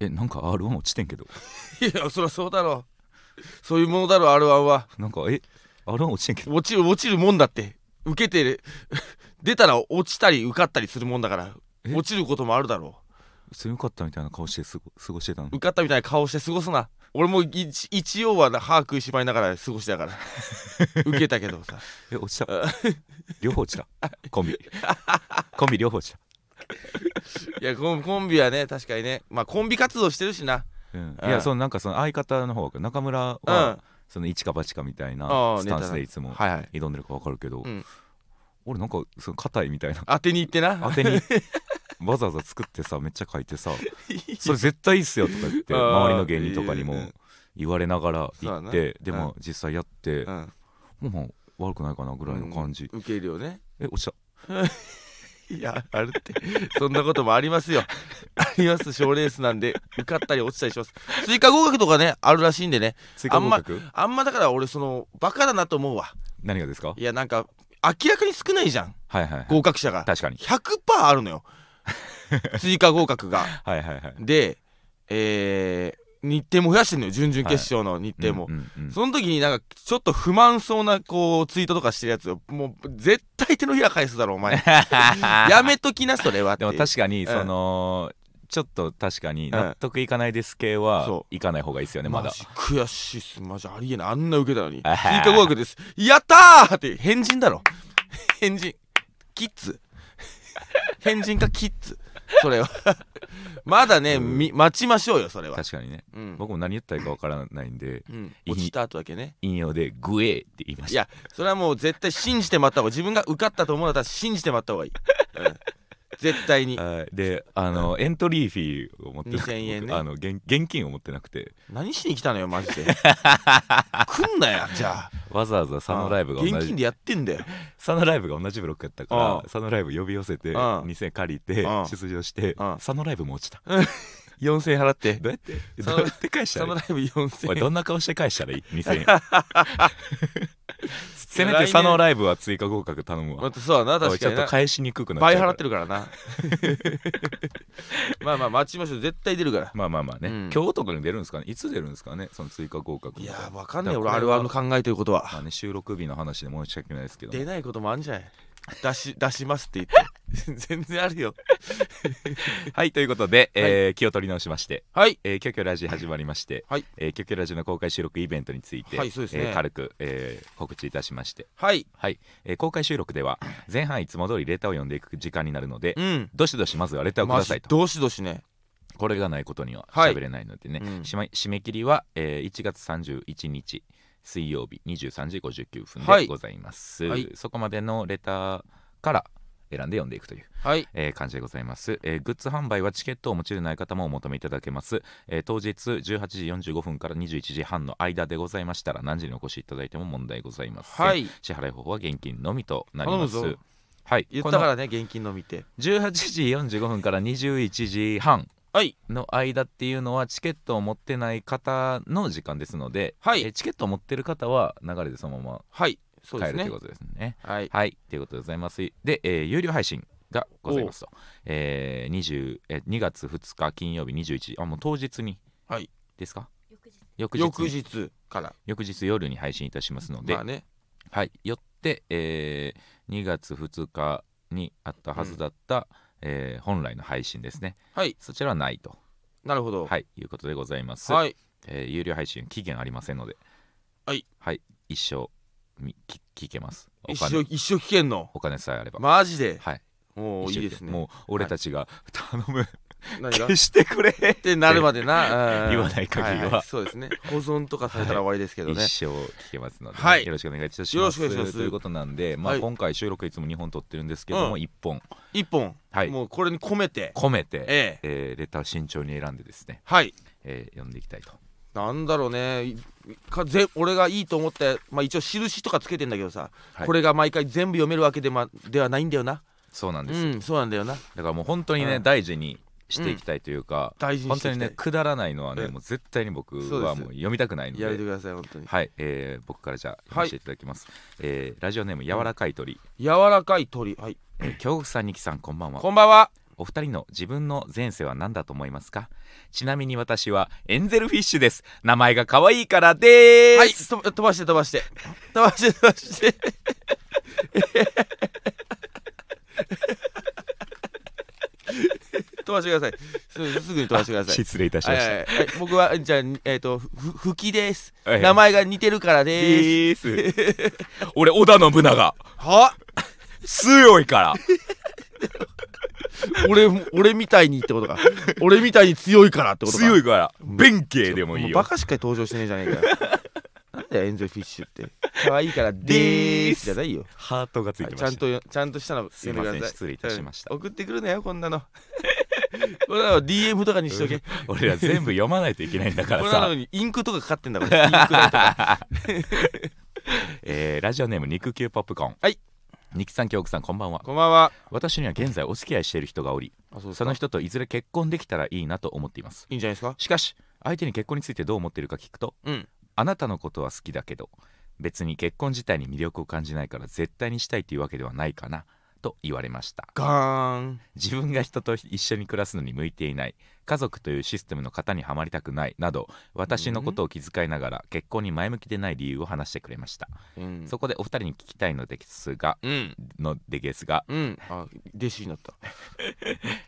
えなんか r 1落ちてんけどいやそりゃそうだろうそういうものだろ r 1はなんかえ r 1落ちてんけど落ちる落ちるもんだって受けてる出たら落ちたり受かったりするもんだからえ落ちることもあるだろそれよかったみたいな顔してすご過ごしてたのう受かったみたいな顔して過ごすな俺も一一応はな歯食いしばいながら過ごしてたから 受けたけどさえ落ち た両方落ちたコンビコンビ両方落ちいやコンコンビはね確かにねまあコンビ活動してるしなた、うん、あいやそのなんかその相方の方が中村は、その一か八かみたいあなあスタンスでいつもはいはい挑んでるか分かるけど、うん俺なんかその硬いみたいな当てに行ってな当て にわざわざ作ってさめっちゃ書いてさ「それ絶対いいっすよ」とか言ってあー周りの芸人とかにうもん言われながら行っそうやてなでも実際やってう、んもうまあ悪くないかなぐらいの感じ、受けるよねえ落ちたいやあるってそんなこともありますよあります賞レースなんで受かったり落ちたりします追加合格とかねあるらしいんでね追加合格、あんまだから俺そのバカだなと思うわ何がですかいやなんか明らかに少ないじゃんはいはい、はい、合格者が確かに100%あるのよ追加合格がはいはいはいでえー日程も増やしてんのよ準々決勝の日程も、うんうん うんその時になんかちょっと不満そうなこうツイートとかしてるやつをもう絶対手のひら返すだろ お前やめときなそれはってでも確かにんその、ちょっと確かにん納得いかないです系そはういかない方がいいですよねまマだジ悔しいっすマジありえないあんな受けたのに追あはは加合格ですやったーって変人だろ変人キッズ変人かキッズそれはまだね、うんみ待ちましょうよそれは、確かにねうん僕も何言ったらいいかわからないんでうん、落ちた後だけね引用で「グエー」って言いまいしたやそれはもう絶対信じて待った方が自分が受かったと思うんだったら信じて待った方がいい、うん絶対にはいであのエントリーフィーを持ってなくて2000円ね僕あの現現金を持ってなくて何しに来たのよマジ で来んなやじゃあわざわざ佐野ライブが同現じ金でやってんだよ佐野ライブが同じブロックやったかうんら佐野ライブ呼び寄せてん2000円借りてうん出場してうん佐野ライブも落ちた4000円払ってどうやって佐ど野うやって返したそのらいラいイブ4000おい円どんな顔して返したらいい2000円 せめて佐野ライブは追加合格頼むわまたそうだなお確いちかょっにとな返しにくくなっ倍ちゃうか払らってるから なまあまあ待ちましょう絶対出るからまあまあまあね、うん今日とかに出るんですかねいつ出るんですかねその追加合格いみやたーなわかんねえだ俺からあこるれはあるの考えてることまはあね収録日の話で申し訳ないですけど出ないこともあるんじゃない出し 出しますって 言って全然あるよはいということで、えー気を取り直しましてはいえー、キョキョラジ始まりまして、はいえー、キョキョラジの公開収録イベントについて、はいそうですねえー軽く、えー告知いたしまして、はいはいえー公開収録では前半いつも通りレターを読んでいく時間になるので、うんどしどしまずはレターをくまだあさいとどしどしねこれがないことにははい喋れないのでね、うんしま締め切りは、えー1月31日水曜日23時59分はでいございます、はいそこまでのレターから選んで読んでいくというはいえー感じでございます、えーグッズ販売はチケットをお持ちでない方もお求めいただけます、えー当日18時45分から21時半の間でございましたら何時にお越しいただいても問題ございません、はい支払い方法は現金のみとなります頼むぞはい言っこたのからね現金のみて18時45分から21時半はいの間っていうのはチケットを持ってない方の時間ですので、はいえーチケットを持ってる方は流れでそのまはいそまうで帰するといねうことですねはいはい、ということでございます。で、えー有料配信がございますと、えー20えー2月2日金曜日21時、あ、もう当日に、はいですか翌日に翌日から翌日夜に配信いたしますので、まあねはい、よって、えー2月2日にあったはずだった、えー本来の配信ですね。はいそちらはないと、なるほどはい、いうことでございます。はいえー有料配信、期限ありませんので、はい、一生み聞聞けます。お一生金一生危険のお金さえあれば。マジではいもういいですねもう俺たちが頼む、何が消してくれってなるまでなうん言わない限り はいいそうですね保存とかされたら終わりですけど一ね、生聞けますのでね、はいよろしくお願いいたしますよろしくお願いしますということなんで、まあはい今回収録いつも2本撮ってるんですけども、う1本一本、はいもうこれに込めて込めて、えええーレターを慎重に選んでですね、はいえー読んでいきたいとなんだろうねいかぜ俺がいいと思って、まあ、一応印とかつけてんだけどさ、はいこれが毎回全部読めるわけで,、ま、ではないんだよなそうなんうです、んそうなんだよなだからもう本当にね、うん大事にしていきたいというか、大事に本して当いきにたいねくだらないのはね、うんもう絶対に僕そうはですもう読みたくないのやめでてください本当にはい、えー僕からじゃあ読ませていただきます、 えーラジオネーム柔らかい鳥、柔らかい鳥はいえー京極さんにきさんこんばんはこんばんはお二人の自分の前世は何だと思いますかちなみに私はエンゼルフィッシュです名前が可愛いからではいす、と飛ばして飛ばして飛ばして飛ばして 飛ばしてくださいすすぐに飛ばしてください失礼いたしはまいしはいたはいはい僕はじゃあえっ、とふふきです、はい名前が似てるからですでーす 俺織田信長は強いから俺俺みたいにってことか俺みたいに強いからってことか強いいから弁慶でもいいバよカしか登場してねえじゃねえかよなんだよエンゼルフィッシュって可愛いからでーすじゃないよハートがついてまちゃしんたとよちゃんとしたのすい読んませでくんださい失礼いたしましたうん送ってくるなよこんなの こんなの DM とかにし とけこ俺ら全部読まないといけないんだ からんなさの、にインクとかかかってんだからインク代 とかえーラジオネーム肉球ポップコーンはいニキさん京子さんこんばんはこんばんは私には現在お付き合いしている人がおりあそうその人といずれ結婚できたらいいなと思っていますいいんじゃないですかしかし相手に結婚についてどう思っているか聞くとうんあなたのことは好きだけど別に結婚自体に魅力を感じないから絶対にしたいというわけではないかなと言われましたガーン自分が人と一緒に暮らすのに向いていない家族というシステムの型にはまりたくないなど私のことを気遣いながら結婚に前向きでない理由を話してくれました、うんそこでお二人に聞きたいのですがうんのでですが、うんあ弟子になった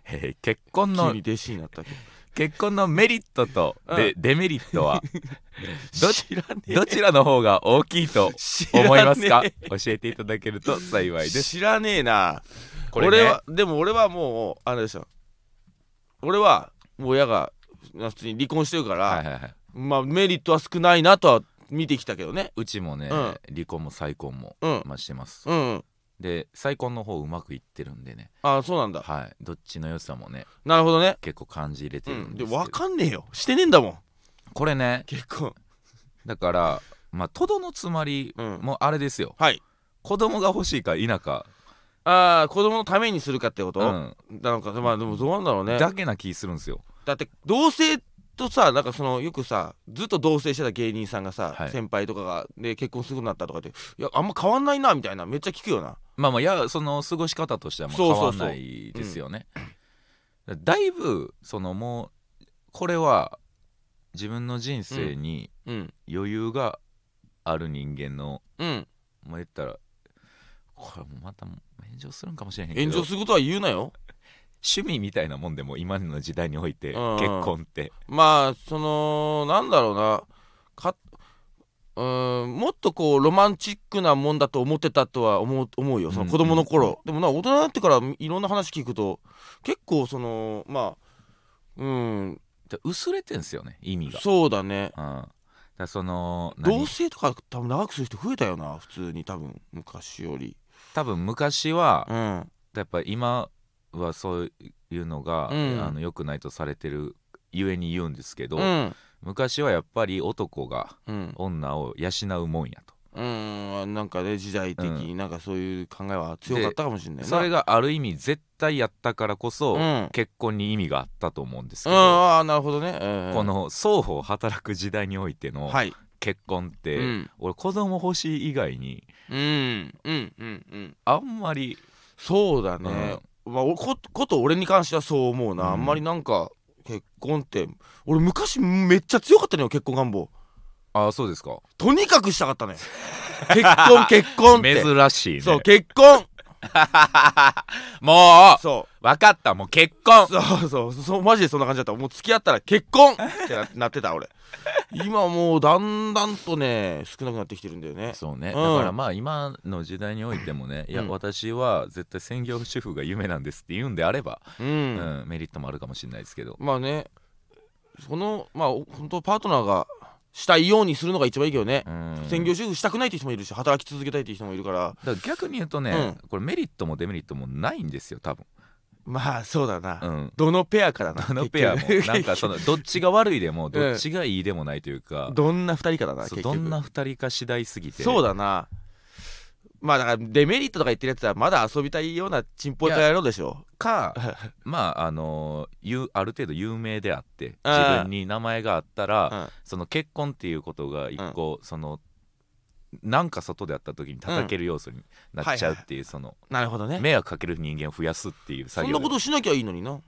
えー 結婚急のに弟子になったけど結婚のメリットとで、デメリットはど知らねえどちらの方が大きいと知らねえ思いますか教えていただけると幸いです 知らねえなこれね俺はでも俺はもうあれでしょ俺はもう親が普通に離婚してるから、はいはいはいまあメリットは少ないなとは見てきたけどねうちもね、うん離婚も再婚も、うんまあ、してます、うんで再婚の方うまくいってるんでねあそうなんだはいどっちの良さもねなるほどね結構感じ入れてうるんん、でですけど、分かんねえよしてねえんだもんこれね結婚だからまあとどのつまりうんもうあれですよ、はい子供が欲しいか否か、ああ子供のためにするかってこと、うんなのかまあでもどうなんだろうねだだけな気するんですよって同性とさなんかそのよくさずっと同棲してた芸人さんがさ、はい先輩とかがで結婚するようになったとかでいやあんま変わんないなみたいなめっちゃ聞くよなまあまあいやその過ごし方としてはもう変そうそわうんそうないですよねだいぶそのもうこれは自分の人生にうん余裕がある人間の、うんまあ、言ったらこれもまた炎上するんかもしれへんけど炎上することは言うなよ趣味みたいなもんでも今の時代においてう結んうん婚ってまあそのなんだろうなかうーんもっとこうロマンチックなもんだと思ってたとは思う思うよその子供の頃、でもな大人になってからいろんな話聞くと結構そのまあうんで薄れてんすよね意味が。そうだねうん、だからその何同性とか多分長くする人増えたよな普通に多分昔より多分昔はうんやっぱ今はそういうのが、うんあの良くないとされてるゆえに言うんですけど、うん昔はやっぱり男がうん、女を養うもんやと。うん、なんかね時代的になんかそういう考えは強かったかもしれないなそれがある意味絶対やったからこそ、うん、結婚に意味があったと思うんですけうん、ど、ああなるほどね、うんこの双方働く時代においてのはい、結婚って、うん俺子供欲しい以外にうんうんうんうんあんまり、そうだね、まあ、おここと俺に関してはそう思うな、うんあんまりなんか結婚って俺昔めっちゃ強かったのよ結婚願望ああそうですかとにかくしたかったの よ結婚結婚って珍しいねそう結婚もそう分かったもう結婚うそうそうそうマジでそんな感じだったもう付き合ったら結婚ってななってた俺今もうだんだんとね少なくなってきてるんだよねそうね、んだからまあ今の時代においてもね、いやうん私は絶対専業主婦が夢なんですって言うんであれば、ううんん、メリットもあるかもしれないですけど、まあねそのまあお本当パートナーがしたいようにするのが一番いいけどね、うん専業主婦したくないって人もいるし働き続けたいって人もいるからだから逆に言うとね、うこれメリットもデメリットもないんですよ多分、まあそうだな、うん、どのペアかだなあのペアも 結局なんかそのどっちが悪いでもんどっちがいいでもないというか、どんな2人かだなそう結ど局んな二人か次第すぎてそうだなまあだからデメリットとか言ってるやつはまだ遊びたいようなチンポイカ野郎でしょ かまああのゆある程度有名であってうん自分に名前があったら、うんその結婚っていうことが一個、そのなんか外であった時に叩ける要素になっちゃうっていう、そのなるほどね迷惑かける人間を増やすっていうそ作ん業なこでとしなきゃいいのにな、うんうん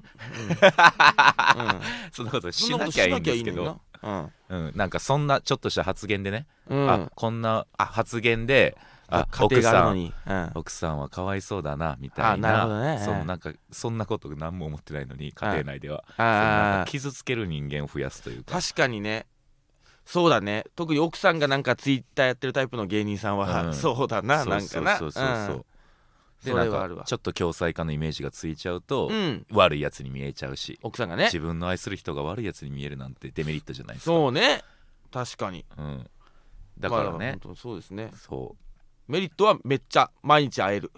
そんなことそしんななこときゃ しいいなんきゃでいいすのけにどな、うんうん、なんかそんなちょっとした発言でね、うん、あこんなあ発言であ家奥庭がさあるのんに、うん奥さんはかわいそうだなみたあいなるほどなねそのなんかそんなこと何も思ってないのに家庭内ではそのなんあか傷つける人間を増やすというか確かにねそうだね特に奥さんがなんかツイッターやってるタイプの芸人さんは、うんそうだななんかなそうそうそうそう、でそなれんはあるかわちょっと共済化のイメージがついちゃうと、うん、うん、悪いやつに見えちゃうし奥さんがね自分の愛する人が悪いやつに見えるなんてデメリットじゃないですかそうね確かにうん、だからまあね本、当そうですねそうメリットはめっちゃ毎日会え る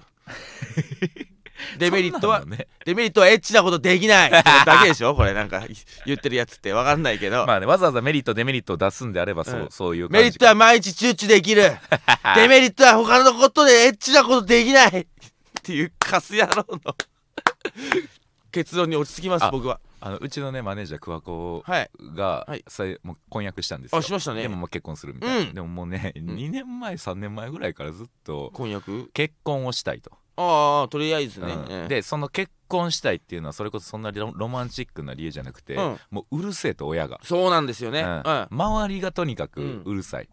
デメリットはそんなのねデメリットはエッチなことできないそれだけでしょこれなんかい言ってるやつって分かんないけど、まあね、わざわざメリットデメリットを出すんであればそう,、うんそういう感メじリットは毎日チューチュで きるデメリットは他のことでエッチなことできないっていうカス野郎の結論に落ち着きますあ僕はあのうちのねマネージャー桑子はいが、はいさいもう婚約したんですよあしましたねでももう結婚するみたいな、うんでももうね、ん2年前3年前ぐらいからずっと婚約結婚をしたいと、ああとりあえずね、うんええでその結婚したいっていうのはそれこそそんなロロマンチックな理由じゃなくて、うんもううるせえと親が、そうなんですよね、ううんん周りがとにかくうるさい、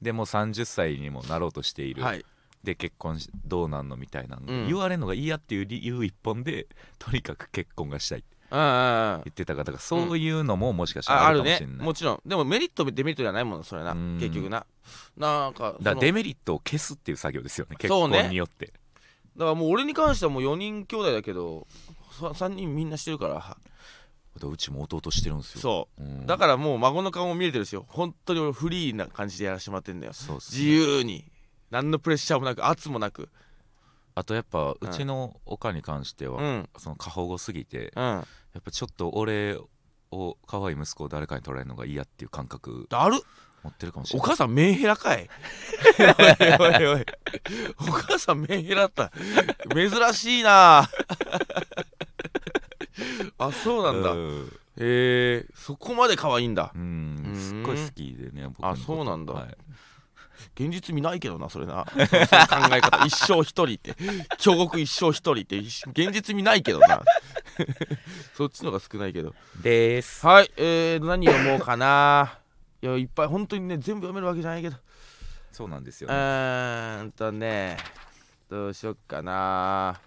でもう30歳にもなろうとしている、はいで結婚しどうなんのみたいなの、うん言われるのが嫌っていう理由一本で とにかく結婚がしたいうんうんうん言ってたからだからそういうのももしかしたらあああるるかもしれねない、もちろんでもメリットデメリットじゃないものそれなうん結局ななんかそだのからデメリットを消すっていう作業ですよね結そう婚ねによって、だからもう俺に関してはもう4人兄弟だけど3人みんなしてるからだからうちも弟してるんですよ、そうんうだからもう孫の顔も見えてるし本当に俺フリーな感じでやらせてもらってんだよそうっすね自由に何のプレッシャーもなく圧もなくあとやっぱうちのおかんに関しては、うんその過保護すぎてうんやっぱちょっと俺を可愛い息子を誰かに取られるのが嫌っていう感覚だる持ってるかもしれおない母さんメンヘラかいおいおいおいお母さんメンヘラだった珍しい なあそうなんだうんへえそこまで可愛いんだうんうんすっごい好きでね僕のことあそうなんだはい現実見ないけどなそれなその考え方一生一人って京極一生一人って現実見ないけどなそっちのが少ないけどですはいえー、何読もうかないやいっぱい本当にね全部読めるわけじゃないけどそうなんですうよ、ね、ーんとねどうしよっかな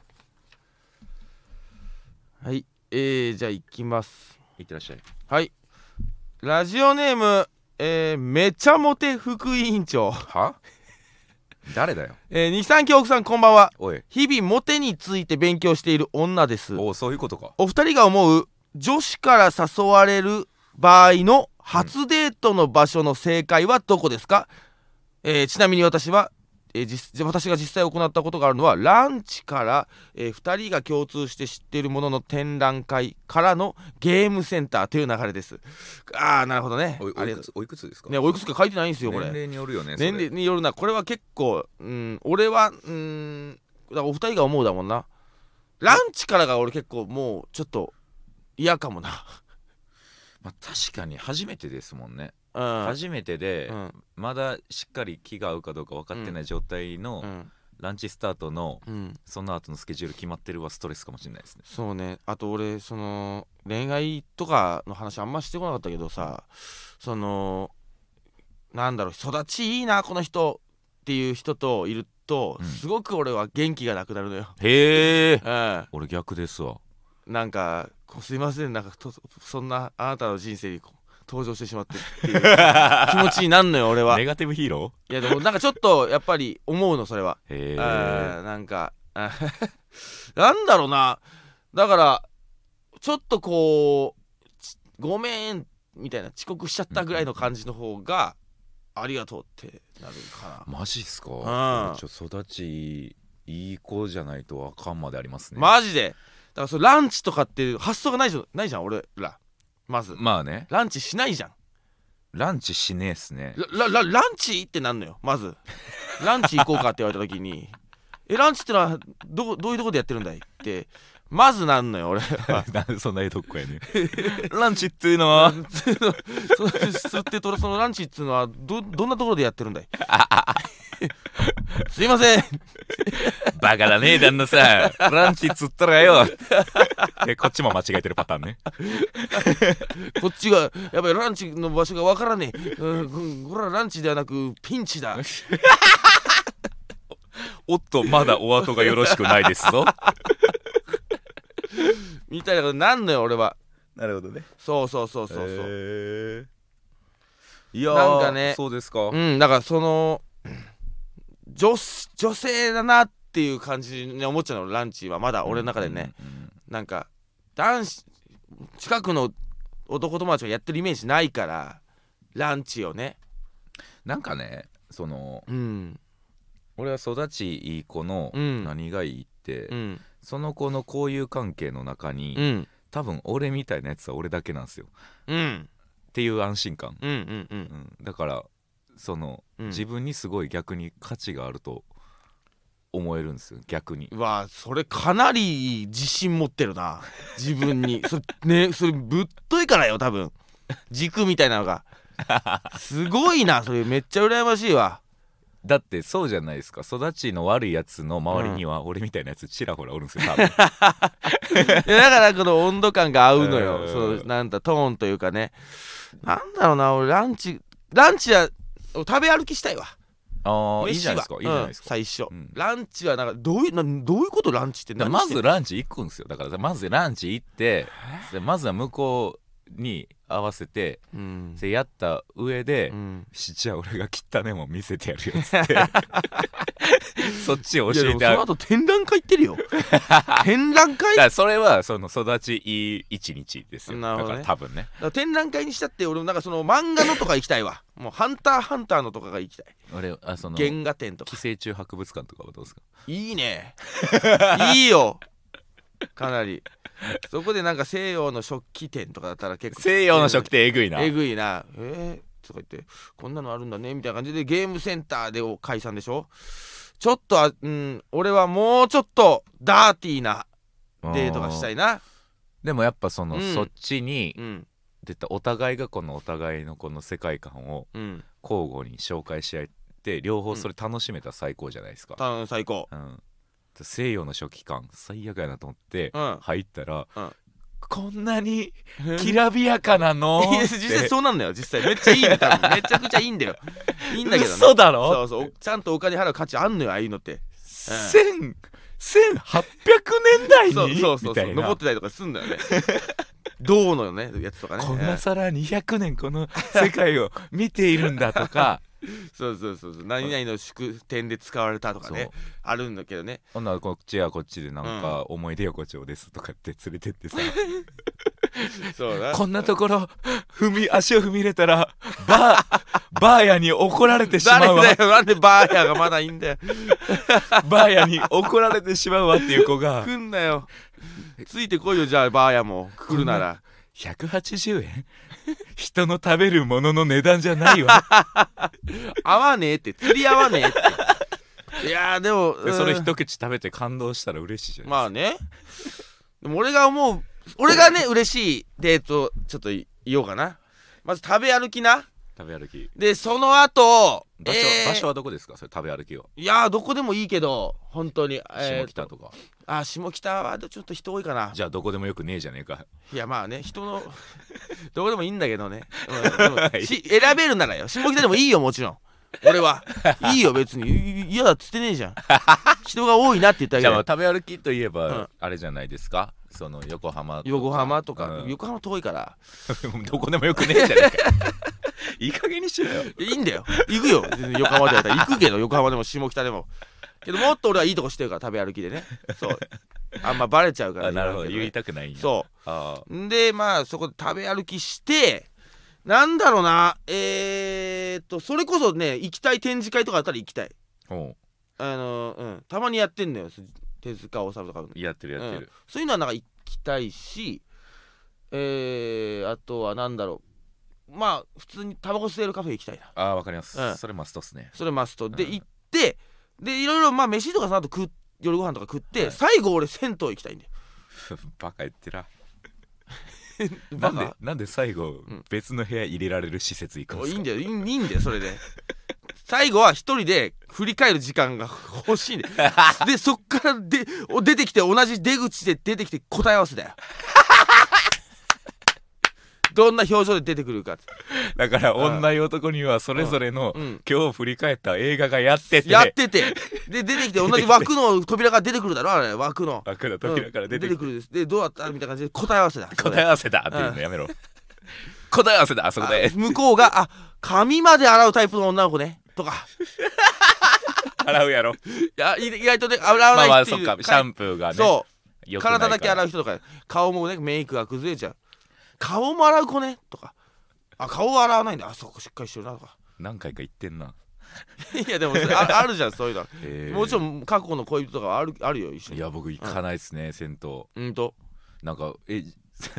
はいえー、じゃあいきますいってらっしゃいはいラジオネームえー、めちゃモテ副委員長、は誰だよえー、日産京極さんこんばんはおい日々モテについて勉強している女ですおそういうことかお二人が思う女子から誘われる場合の初デートの場所の正解はどこですか、えーちなみに私は、えー実私が実際行ったことがあるのはランチから、え2人が共通して知っているものの展覧会からのゲームセンターという流れですああなるほどねおいあおりいがくつとおいくつですかうねおいくつか書いてないんですよこれ年齢によるよねそれ年齢によるなこれは結構、うん、俺はうんだからお二人が思うだもんなランチからが俺結構もうちょっと嫌か もなまあ、確かに初めてですもんね、うん、初めてで、うんまだしっかり気が合うかどうか分かってない状態の、うんランチスタートのうん、その後のスケジュール決まってるはストレスかもしれないですねそうねあと俺その恋愛とかの話あんましてこなかったけどさそのなんだろう育ちいいなこの人っていう人といると、うんすごく俺は元気がなくなるのよ、へえうん、俺逆ですわなんかこうすいませんなんかとそんなあなたの人生にこう登場してしまってっていう気持ちになんのよ俺はネガティブヒーロ いやでも なんかちょっとやっぱり思うのそれは、ーへあえーなんかあなんだろうなだからちょっとこうちごめんみたいな遅刻しちゃったぐらいの感じの方がありがとうってなるかな、マジっすかん俺ちょっと育ちいい子じゃないとあかんまでありますねマジでだからそれランチとかっていう発想がないじゃんないじゃん俺らまずまあねランチしないじゃんランチしねえっすねラララランチってなんのよまず ランチ行こうかって言われた時にえランチってのはどこどういうとこでやってるんだいってまずなんのよ俺 なんでそんな江戸っ子やねん ランチっていうのはそ吸ってとそのランチっつうのはどどんなところでやってるんだい すいませんバカだね旦那さんランチっつったら よでこっちも間違えてるパターンねこっちがやっぱりランチの場所がわからねえうんこれはランチではなくピンチだおっとまだお後がよろしくないですぞみたいなことになんのよ俺は なるほどねそうそうそうそうそう、へーいやーなんかねそうですか、うんだからその女女性だなっていう感じに思っちゃうのランチはまだ俺の中でね、うんなんか男子近くの男友達がやってるイメージないからランチをねなんかねそのうん俺は育ちいい子のうん何がいいって、うんその子の交友関係の中に、うん多分俺みたいなやつは俺だけなんですようんっていう安心感、うんうんうんうんだからその、うん自分にすごい逆に価値があると思えるんですよ逆にうわそれかなり自信持ってるな自分に それねそれぶっといからよ多分軸みたいなのがすごいなそれめっちゃ羨ましいわだってそうじゃないですか育ちの悪いやつの周りには俺みたいなやつちらほらおるんですよ多分 いやだからこの温度感が合うのうよんそのなんだトーンというかねなんだろうな俺ランチランチは食べ歩きしたいわああいい飯じゃないですかはいいじゃないですか、うん最初、うんランチはなんかどういうなんどういうことランチってだから何ましてずんランチ行くんですよだからまずランチ行ってでまずは向こうに合わせてうん、でやった上で、うんじゃあ俺が汚ねもん見せてやるよっつ ってそっちをいや教でえもてそあるだのか後展覧会行って るよ展覧会だからそれはその育ちいい一日ですよ、なるだかほどねら多分ねら展覧会にしたって俺もなんかその漫画のとか行きたいわもう「ハンターハンター」のとかが行きたい俺あその寄原画展とか生虫博物館とかはどうですかい いねいいよかなりそこでなんか西洋の食器店とかだったら結構西洋の食ってえぐいなえぐいなえー、とか言ってこんなのあるんだねみたいな感じでゲームセンターで解散でしょちょっとあうん俺はもうちょっとダーティーなデートがしたいいなでもやっぱその、うんそっちにうん出たお互いがこのお互いのこの世界観をうん交互に紹介し合って両方それ楽しめたら最高じゃないですか、た最高うん、西洋の初期感最悪やなと思ってうん入ったら、うんこんなにき いらびやかなのや実際そうなんだよ実際めっちゃいいの多分めちゃくちゃいいんだよいいんだけどね嘘だそろうそうちゃんとお金払う価値あんのよああいうのって千千八百年代にそうそうそうみそたういな登ってたりとかすんだよね 銅のねやつとかねこんうなんさら200年この世界を見ているんだと かそうそうそうそう何々の祝典で使われたとかねあるんだけどねほんならこっちはこっちでなんか思い出横丁ですとかって連れてってさ、そうなこんなところ踏み足を踏み入れたらバーバーヤに怒られてしま誰うわだよなんでバーヤーがまだいいんだよバーヤに怒られてしまうわっていう子が来んなよついてこいよじゃあバーヤーも来るなら180円人の食べるものの値段じゃない わ合わねえって釣り合わねえっていやーでもでうんそれ一口食べて感動したら嬉しいじゃん、まあねでも俺が思う俺がね嬉しいデートちょっと言おうかなまず食べ歩きな食べ歩きでその後場所,、えー場所はどこですかそれ食べ歩きをいやーどこでもいいけど本当に、え下ー北とか、あ下北はちょっと人多いかなじゃあどこでもよくねえじゃねえかいやまあね人の どこでもいいんだけどね、 うんでもし選べるならよ下北でもいいよもちろん俺は いいよ別にいい嫌だっつってねえじゃん人が多いなって言ったじゃあまあわけ食べ歩きといえば、うんあれじゃないですかその横浜とか横浜とか、うん横浜遠いから どこでもよくねえじゃねえか いい加減にしろよいやいいんだよ行くよ全然横浜でやったら行くけど横浜でも下北でもけどもっと俺はいいとこしてるから食べ歩きでねそうあんまバレちゃうからあなるほど言わ言んいけたくないんねやそうあでまあそこで食べ歩きしてなんだろうなえー、っとそれこそね行きたい展示会とかあったら行きたいあおあのうんたまにやってんのよす手塚治虫とかのうやってるやってうんる、そういうのはなんか行きたいしえー、あとはなんだろうまあ普通にタバコ吸えるカフェ行きたいなああわかります、うんそれマストっす ねそれマストで、うん行ってでいろいろまあ飯とかその後食う夜ご飯とか食って、はい最後俺銭湯行きたいんだよバカ言ってらなバんでカなんで最後、ん別の部屋入れられる施設行くんおでいすいんかだよいいいいんだよそれで最後は一人で振り返る時間が欲しいんだよ でそっからでお出てきて同じ出口で出てきて答え合わ せだよどんな表情で出てくるかってだから女い男にはそれぞれの、うん今日振り返った映画がやっててやっててで出てきて同じ枠の扉が出てくるだろあれ枠の枠の扉から出てうんきて、出てくるですでどうだったみたいな感じで答え合わせだ答え合わせだっていうのやめろ答え合わせだあそこであ向こうが「あ髪まで洗うタイプの女の子ね」とか洗うやろいやい意外とね洗わまあまないあってそっいう、かシャンプーがねそう良くないから体だけ洗う人とか顔もねメイクが崩れちゃう顔も洗う子ねとかあ顔は洗わないんだあそこしっかりしてるなと か何回か言ってんな、いやでもそれああるじゃん そういうの、えーもちろん過去の恋人とかはあるあるよ一緒いにや僕行かないっすね、銭湯うんとなんかえ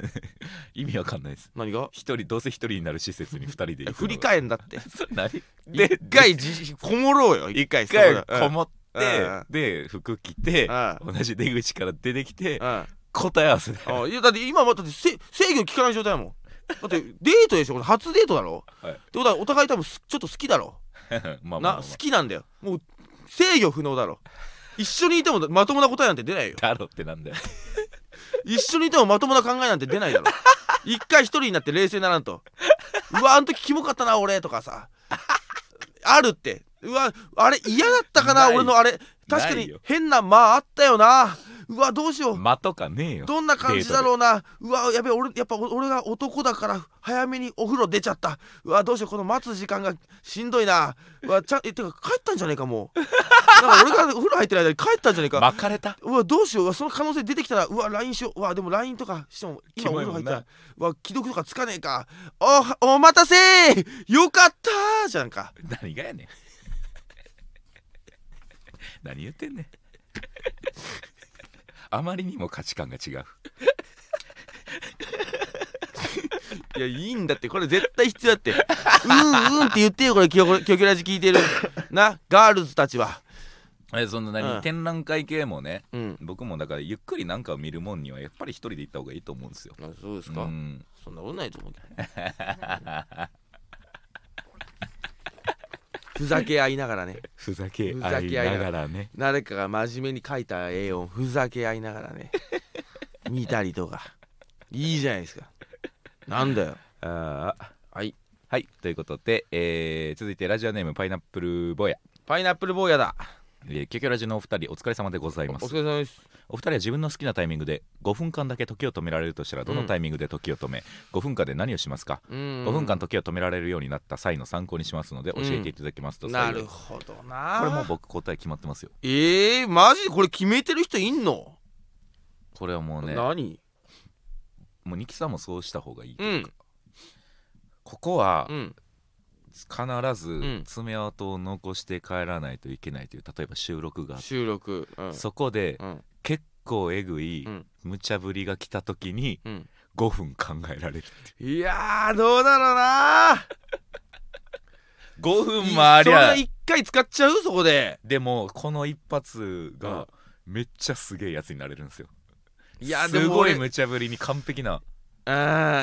意味わかんないです何が一人どうせ一人になる施設に二人で行くのが 振り返んだってそれ何 で一回じこもろうよ一回一回そうだこもって、うんうんで服着て、同うじ出口から出てきて、うんうん答え合わせだよ、あいやだって今はだってせ制御効かない状態だもんだってデートでしょこれ初デートだろ、はいってことはお互い多分すちょっと好きだろ まあまあまあ、まなあ好、きなんだよもう制御不能だろ一緒にいてもまともな答えなんて出ないよだろってなんだよ一緒にいてもまともな考えなんて出ないだろ一回一人になって冷静にならんとうわあの時キモかったな俺とかさあるってうわあれ嫌だったかなない俺のあれ確かないによ変な間あったよなうわどうしよう間とかねえよどんな感じだろうなうわやべえ俺やっぱお俺が男だから早めにお風呂出ちゃったうわどうしようこの待つ時間がしんどいなうわちゃんえてか帰ったんじゃねえかもうなんか俺がお風呂入ってる間に帰ったんじゃねえか巻かれ たうわどうしよううわその可能性出てきたらうわ LINE しよううわでも LINE とかしてもキ今おモ風い呂も入んったならうわ既読とかつかねえかおお待たせよかったじゃんか何がやねん何言ってんね んあまりにも価値観が違ういやいいんだってこれ絶対必要だってうんうんって言ってよこれキョキョキョラジ聞いてるなガールズたちはえそんな何、うん展覧会系もねうん僕もだからゆっくりなんかを見るもんにはやっぱり一人で行った方がいいと思うんですよ、あそうですうか、ん、そんなことないと思う けどふざけ合いながらねふざけ合いながらね誰かが真面目に書いた絵をふざけ合いながらね見たりとかいいじゃないですかなんだよあーはいはいということで、えー続いてラジオネームパイナップルボーヤパイナップル坊やだえーキョキョラジのお二人お疲れ様でございおます疲れ様ですお二人は自分の好きなタイミングで5分間だけ時を止められるとしたらどのタイミングで時を止め、5分間で何をしますか、うん5分間時を止められるようになった際の参考にしますので教えていただけますと幸いなです、るほどなこれもう僕答え決まってますよえー、マジでこれ決めてる人いんの、これはもうねも何う二木さんもそうした方がいい、うんここはうん必ずん爪痕を残して帰らないといけないという例えば収録があって、収録うんそこでうん結構えぐいうん無茶ぶりが来た時にうん5分考えられるいやーどうだろうな5分ーもありゃそれ一回使っちゃうそこででもこの一発うがんめっちゃすげえやつになれるんですよいやですもご俺い無茶ぶりに完璧なうん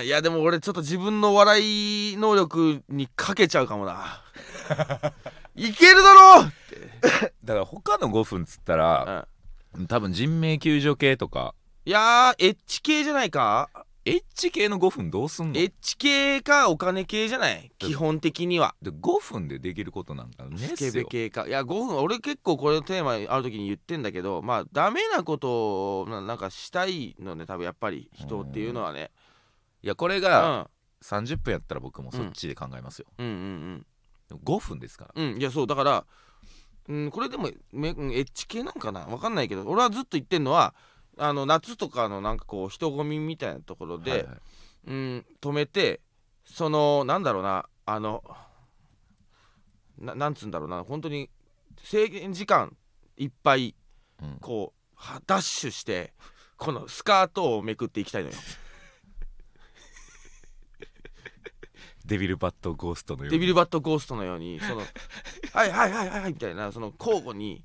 いやでも俺ちょっと自分の笑い能力にかけちゃうか もないけるだろうだから他の5分っつったら、多分人命救助系とかいやーエッチ系じゃないかエッチ系の5分どうすんのエッチ系かお金系じゃない基本的にはで5分でできることなんかねスっケすベよ系かいや5分俺結構これのテーマある時に言ってんだけどまあダメなことをななんかしたいのね多分やっぱり人っていうのはねいやこれうんが30分やったら僕もそっちで考えますよ、うんうんでも5分ですからうんうんいやそうだから、うん、これでもめうんエッチ系なんかなわかんないけど俺はずっと言ってんのはあの夏とかのなんかこう人混みみたいなところで、はいはいうん、止めてそのなんだろうなあのななんつうんだろうな本当に制限時間いっぱいうんこうはダッシュしてこのスカートをめくっていきたいのよデビルバットゴーストのようデビにルバットゴーストのようにその 「はいはいはいはいはい」みたいなその交互に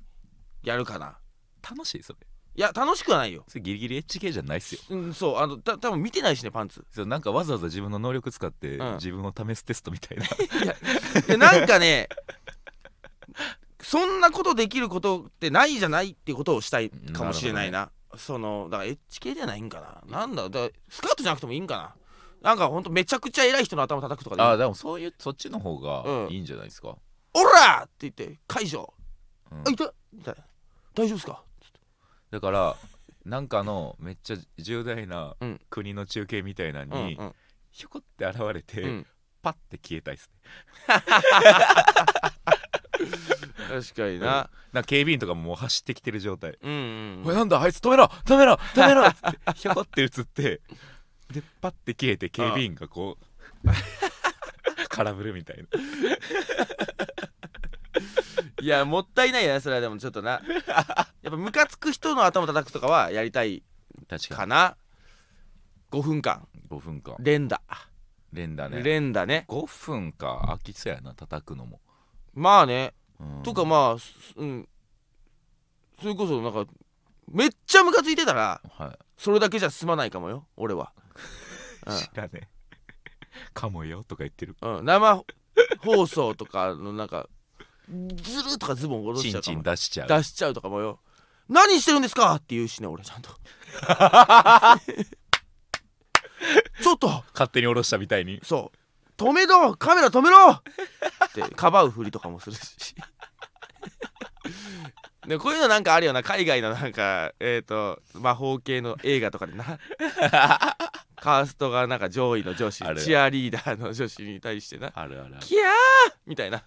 やるかな楽しいそれいいや楽しくはないよ、それギリギリ HK じゃないっすようん、そうあのた多分見てないしねパンツそうなんかわざわざ自分の能力使って、うん自分を試すテストみたいなでなんかねそんなことできることってないじゃないってことをしたいかもしれないなそのだから HK じゃないんかななんだだからスカートじゃなくてもいいんかななんかほんとめちゃくちゃ偉い人の頭叩くとかでいい あでもそういうそっちの方がうんいいんじゃないですか、オラ!」って言って解除「うんあ痛っ!」みたいな「大丈夫ですか?だからなんかのめっちゃ重大なうん国の中継みたいなうのんにうんひょこって現れて、うんパッて消えたいっすね」確かにななんか警備員とかももう走ってきてる状態、うんうんおいなんだあいつ止めろ止めろ止めろっつって ひょこって映ってでパッて消えて警備員がこ う空振るみたいないやもったいないよねそれはでもちょっとな やっぱムカつく人の頭叩くとかはやりたい確かな5分間5分間連打連打ね連打ね5分か飽きそうやな叩くのも、まあねうんとかまあすうんそれこそなんかめっちゃムカついてたらはそれだけじゃ済まないかもよ俺は、い知らねえかもよとか言ってるうんうん、生放送とかのなんかズルとかズボン下ろしチちゃンうかチもン出しちゃう出しちゃうとかもよ何してるんですかって言うしね俺ちゃんとちょっと勝手に下ろしたみたいにそう止めろカメラ止めろってかばうふりとかもするしでこういうのなんかあるよな海外のなんかえっ、と魔法系の映画とかでなカーストがなんか上位の女子あるチアリーダーの女子に対してなあるあるある「キャー!」みたいな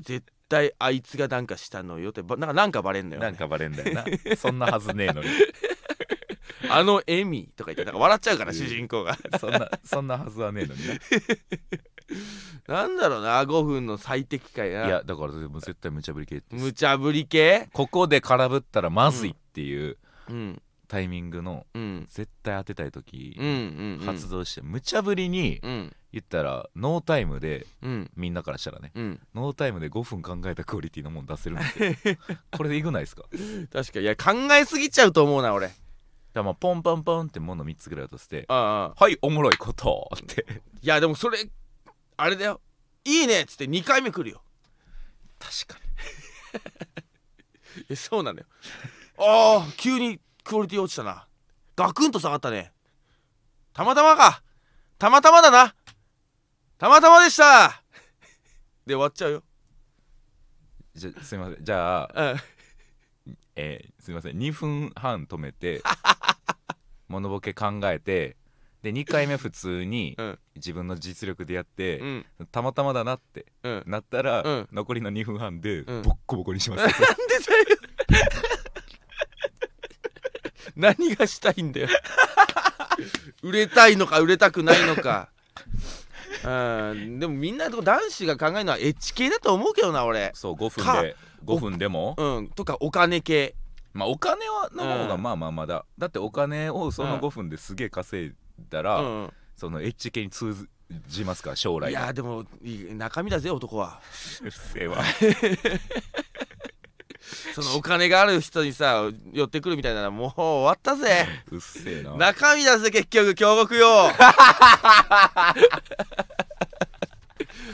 絶対あいつがなんかしたのよってばなんかなんかバレんのよ、ね、なんかバレんだよ なそんなはずねえのにあのエミとか言ってなんか笑っちゃうからうん主人公がそんなそんなはずはねえのにななんだろうな5分の最適解ないやだからでも絶対無茶ぶり系無茶ぶり系ここで空振ったらまずいっていううんタイミングのうん絶対当てたい時うんうんうん発動して無茶ぶりにうん言ったらノータイムでうんみんなからしたらねうんノータイムで5分考えたクオリティのもん出せるんですよ これでいくないですかだか確かにいや考えすぎちゃうと思うな俺らまあポンポンポンってもの3つぐらい落としてああはいおもろいことっていやでもそれあれだよいいねっつって2回目来るよ確かえそうなんだよああ急にクオリティ落ちたなガクンと下がったねたまたまかたまたまだなたまたまでしたで終わっちゃうよ、にじゃすいませんじゃあ、うん、えーすいません2分半止め てモノボケ考えてで2回目普通にうん自分の実力でやって、うんたまたまだなってうんなんでなったら、うん残りの2分半でうんボッコボコにします、だよ 何がしたいんだよ売れたいのか売れたくないのかうんでもみんな男子が考えるのはエッジ系だと思うけどな俺 そう5分で5分でも、うんとかお金系まあお金はの方がうんまあまあまだ、だってお金をそうのん5分ですげえ稼いだうら、んその HK に通じますから将来いのやでもいい中身だぜ男はうるせえわそのお金がある人にさ寄ってくるみたいならもう終わったぜうっせえな中身だぜ結局京極よ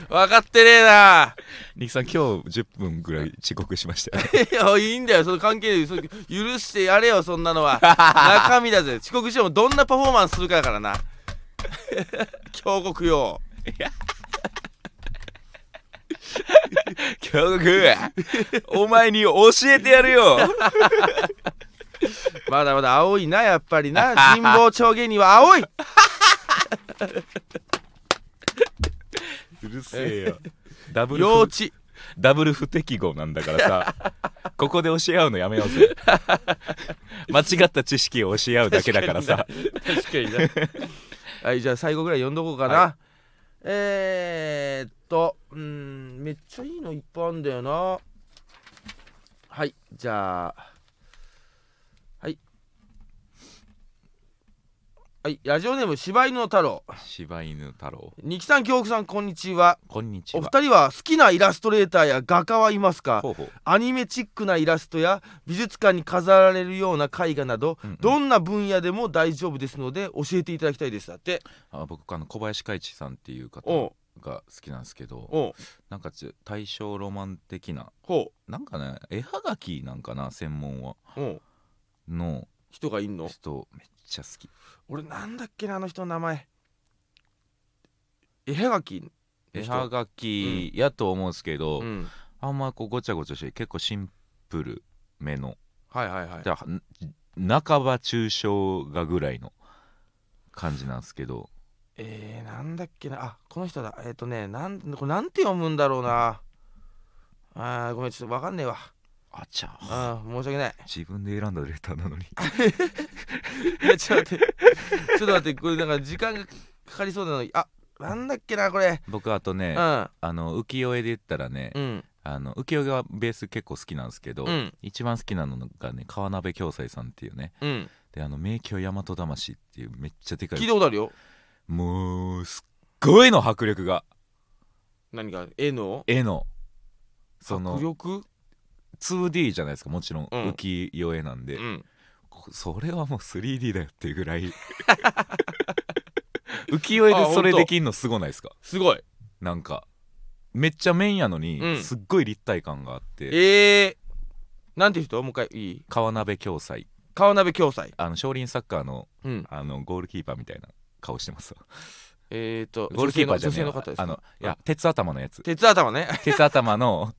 分かってねえなニキさん今日10分ぐらい遅刻しま したよねいやいいんだよその関係でそれ許してやれよそんなのは中身だぜ遅刻してもどんなパフォーマンスするかだからな京極よ教育お前に教えてやる よまだまだ青いなやっぱりな神保町芸人は青いうるせえよダブル幼不稚ダブル不適合なんだからさここで教え合うのやめよう ぜ間違った知識を教え合うだけだからさ確かにね はいじゃあ最後ぐらい読んどこうかな、はえー、っとうーんめっちゃいいのいっぱいあるんだよなはいじゃあはいはいラジオネーム柴犬の太郎柴犬太郎二木さん京子さんこんにちはこんにちおは二人は好きなイラストレーターや画家はいますかほうほうアニメチックなイラストや美術館に飾られるような絵画など、うんうんどんな分野でも大丈夫ですので教えていただきたいですだってあ僕あの小林海一さんっていう方おうが好きなんですけどおうなんかち大正ロマン的なほなんかね絵はがきなんかな専門はうおうの人がいんの人めっちゃ好き俺なんだっけなあの人の名前絵はがき絵はがきやと思うんですけど、うんあんまこうごちゃごちゃして結構シンプルめのはいはいはいじゃあん半ば抽象画ぐらいの感じなんですけどえー、なんだっけなあこの人だえっ、とねなんこれなんて読むんだろうなあーごめんちょっとわかんねえわあちゃあー申し訳ない自分で選んだレターなのに いやちょっと待ってちょっと待ってこれなんか時間がかかりそうなのにあなんだっけなこれ僕あとね、うんあの浮世絵で言ったらね、うんあの浮世絵はベース結構好きなんですけど、うん一番好きなのがね川鍋京斎さんっていうねうんであの「名鏡大和魂」っていうめっちゃでか聞いいたことあるよもうすっごいの迫力が何か絵の絵のそ迫の力 2D じゃないですかもちろんうん浮世絵なんで、うんこそれはもう 3D だよっていうぐら い浮世絵でそれできんのすごないですかすごいなんかめっちゃ面やのに、うんすっごい立体感があってえー、なんて人もう一回いい川鍋京斎川鍋京斎あの少林サッカーのうんあのゴールキーパーみたいな顔してますわえっ、とゴールキーパーじゃね女え性わの女性の方ですかあのいや鉄頭のやつ 鉄頭ね 鉄頭の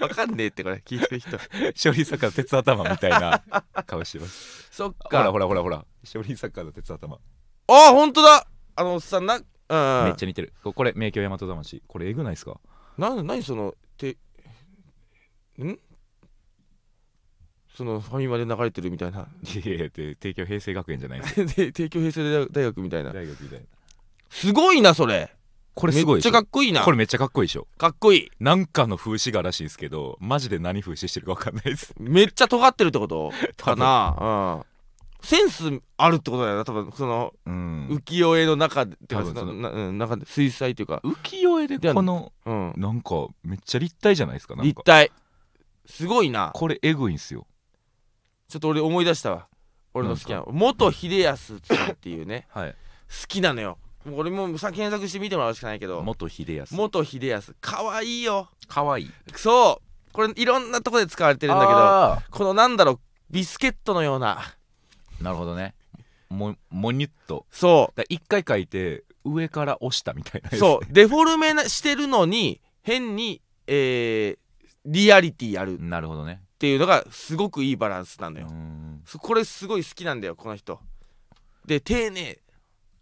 わかんねえってこれ聞いて る人少林サッカーの鉄頭みたいな顔して ますそっほからほらほらほら少林サッカーの鉄頭あ本当だあのおっさんなうんめっちゃ似てるここれ名鏡大和魂これえぐないですかなん何そのてんそのファミマで流れてるみたいな いやいやで帝京平成学園じゃないですで帝京平成大学みたいな大学みたいなすごいなそれこれすごいめでっちしょゃかっこいいなこれめっちゃかっこいいでしょかっこいいなんかの風刺画らしいんですけどマジで何風刺してるか分かんないですめっちゃ尖ってるってこと 多か分なうんセンスあるってことだよな多分そのうん浮世絵の中でってか多分そそののなうん中で水彩というか浮世絵でこのうんなんかめっちゃ立体じゃないですかなん立か体すごいなこれエグいんすよちょっと俺思い出したわ俺の好きな元秀康さんっていうねはい好きなのよもう俺もさ検索して見てもらうしかないけど元秀康元秀康かわいいよかわいいそうこれいろんなとこで使われてるんだけどこのなんだろうビスケットのようなどなるほどねももにゅっとそだ一回書いて上から押したみたいなうやつそうデフォルメなしてるのに変にえーリアリティあるっなるほどねていうのがすごくいいバランスなのうよ、んそこれすごい好きなんだよこの人で丁寧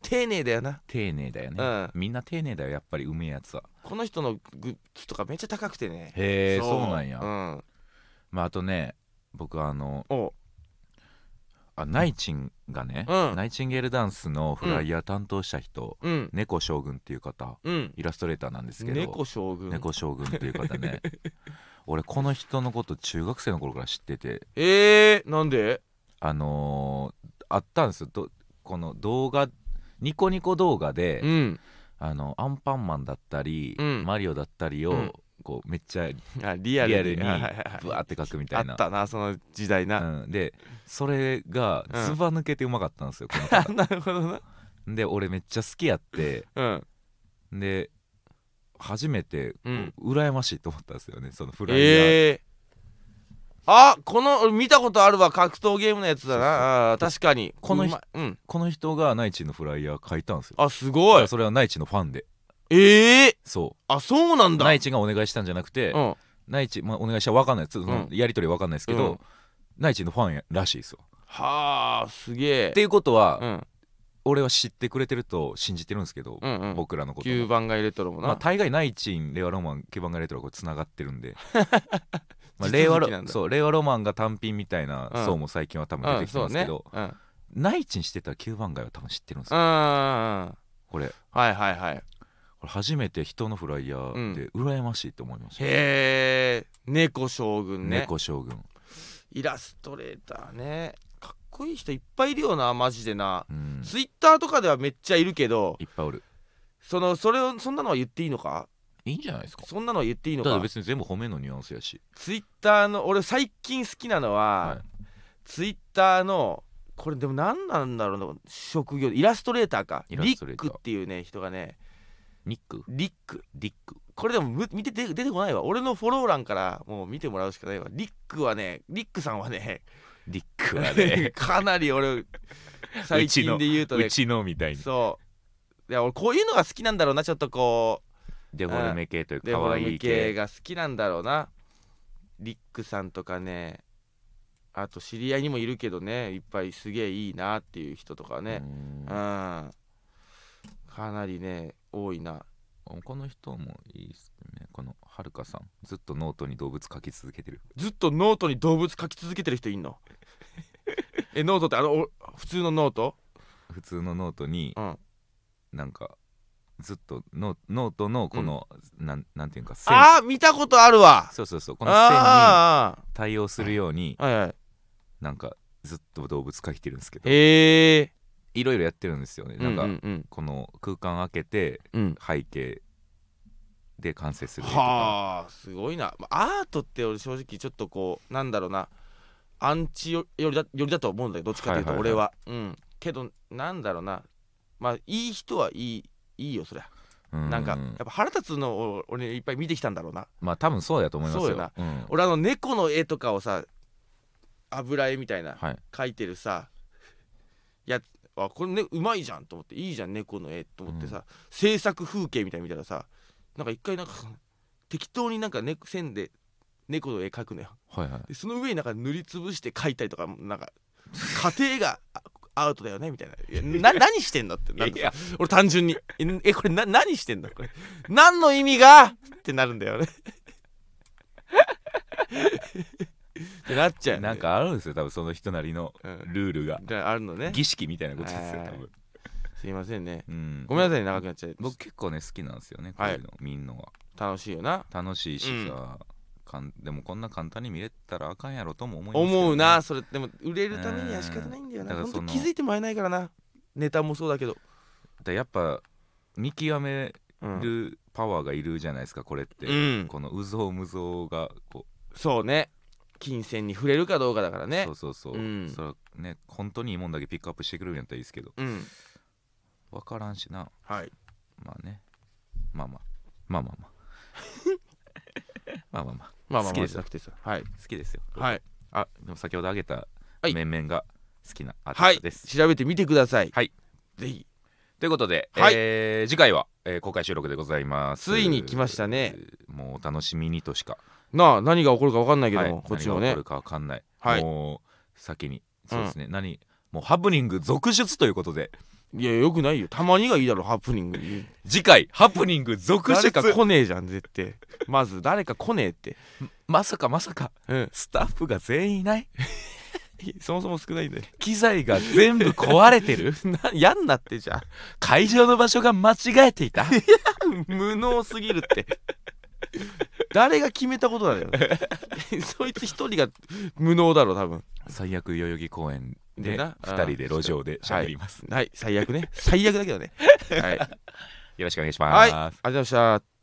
丁寧だよな丁寧だよね、うんみんな丁寧だよやっぱりうめえやつはこの人のグッズとかめっちゃ高くてねへえそうなんや、うんまああとね僕あのおうあナイチンがね、うんナイチンゲールダンスのフライヤー担当した人、うん猫将軍っていう方うんイラストレーターなんですけど猫将軍猫将軍っていう方 ね俺この人のこと中学生の頃から知っててえー、なんであのーあったんですよどこの動画ニコニコ動画で、うんあのアンパンマンだったり、うんマリオだったりを、うんこうめっちゃリあリアアルルににはいはいはいぶわって描くみたあいなったなその時代な、うん、でそれがうんずば抜けてうまかったんですよ、この方 なるほどな で俺めっちゃ好きやってうんで初めてこううん羨ましいと思ったんですよねそのフライヤー、えー、あこの俺見たことあるわ格闘ゲームのやつだなあー確かにこのう人まうんこの人がナイチのフライヤー書いたんですよあすごだかいらそれはナイチのファンでええー、そあそうなんうだナイチがお願いしたんじゃなくて、うんナイチ、まあ、お願いしたら分かんないです、そのうやり取り分かんないですけど、うんナイチのファンやらしいですよはあすげえっていうことは、うん俺は知ってくれてると信じてるんですけど、うんうん僕らのことも9番街レトロもな、まあ、大概ないチン令和ロマン9番がレトロがつながってるん でまあ地続き令和なんロだそう令和ロマンが単品みたいなうん層も最近は多分出うてんきてますけど、そうねないチンしてた9番街は多分知ってるんですうん、うよ、んうんうんこれはいはいはいこれ初めて人のフライヤーで羨ましいと思いました、へえ猫将軍ね猫将軍イラストレーターねかっこいい人いっぱいいるよなマジでな、うん、ツイッターとかではめっちゃいるけどいっぱいおるそのそれをそんなのは言っていいのかいいんじゃないですかそんなのは言っていいのただか別に全部褒めのニュアンスやし、ツイッターの俺最近好きなのは、はツイッターのこれでも何なんだろうな職業イラストレーターかイラストレリッータークっていうね人がねい、ニックリックディックこれでもむ見て出て出てこないわ俺のフォロー欄からもう見てもらうしかないわリックはねリックさんはねディックは ね かなり俺最近で言うとねうちのみたいにそういや俺こういうのが好きなんだろうなちょっとこデフォルメ系といううデかフ可ォル愛メい系系が好きなんだろうなリックさんとかねあと知り合いにもいるけどねいっぱいすげえいいなっていう人とかねうんうんかなりね多いなこの人もいいっすねこのはるかさんずっとノートに動物描き続けてるずっとノートに動物描き続けてる人い んのえノートってあのお普通のノート普通のノートにうんなんかずっとノノートのこの、なんなんていうか線あー見たことあるわそうそうそうこの線にあ対応するようにあはいはいなんかずっと動物描いてるんですけどへえいろいろやってるんですよねなんか、うんうんこの空間開けてうんうん背景で完成する絵とかはあすごいなまあアートって俺正直ちょっとこうなんだろうなアンチよよりだよりだと思うんだけどどっちかというとはいはいはい俺は,、うんけどなんだろうなまあいい人はいいいいよそりゃうなんかやっぱ腹立つのを俺いっぱい見てきたんだろうなまあ多分そうやと思いますよそうやうん俺あの猫の絵とかをさ油絵みたいなはい描いてるさやつあこれねうまいじゃんと思っていいじゃん猫の絵と思ってさ、制作風景みたいに見たらさなんか一回なんか適当になんか、ね、線で猫の絵描くのよはいはいでその上になんか塗りつぶして描いたりとかなんか家庭があアウトだよねみたいない やな何してんのってなんかいや俺単純にええこれな何してんのこれ何の意味がってなるんだ よねってなっちゃうよねなんかあるんですよ多分その人なりのうんルールがじゃああるのね儀式みたいなことですよはい多分すいませんねうんごめんなさいね長くなっちゃう僕結構ね好きなんですよねこういうの見んのが楽しいよな楽しいしさかんでもこんな簡単に見れたらあかんやろとも思いますけどね思うなそれでも売れるためには仕方ないんだよなうんだから本そ当の気づいてもらえないからなネタもそうだけど、だやっぱ見極めうんるパワーがいるじゃないですかこれってうんこのうぞうむぞうがこそうね金銭に触れるかどうかだからうねそうそうそううんそれはね本当にいいもんだけピックアップしてくれるんやったらいいですけどうん分からんしなはいまあねまあまあまあまあ まあまあまあまあまあま好あきまあですじゃなくてさはい好きですよはいあでも先ほど挙げたはい面々が好きなアーテはィスいトです、調べてみてくださいはいぜひということで、はいえー次回は、えー公開収録でございますついに来ましたねもうお楽しみにとしかなあ何が起こるか分かんないけどはいも、こっちも何がね起こるかわかんない、はいもう先にそうですね、何もうハプニング続出ということでいやよくないよたまにがいいだろハプニングに次回ハプニング続誰出か来ねえじゃん絶対まず誰か来ねえってまさかまさか うんスタッフが全員いないそもそも少ないんだよ機材が全部壊れてる なやんなってじゃあ会場の場所が間違えていた無能すぎるって誰が決めたことなのよ そいつ一人が無能だろ多分最悪代々木公園ででな2人で路上で喋ります、はい最悪ね最悪だけどねはいありがとうよろしくお願いします、ございました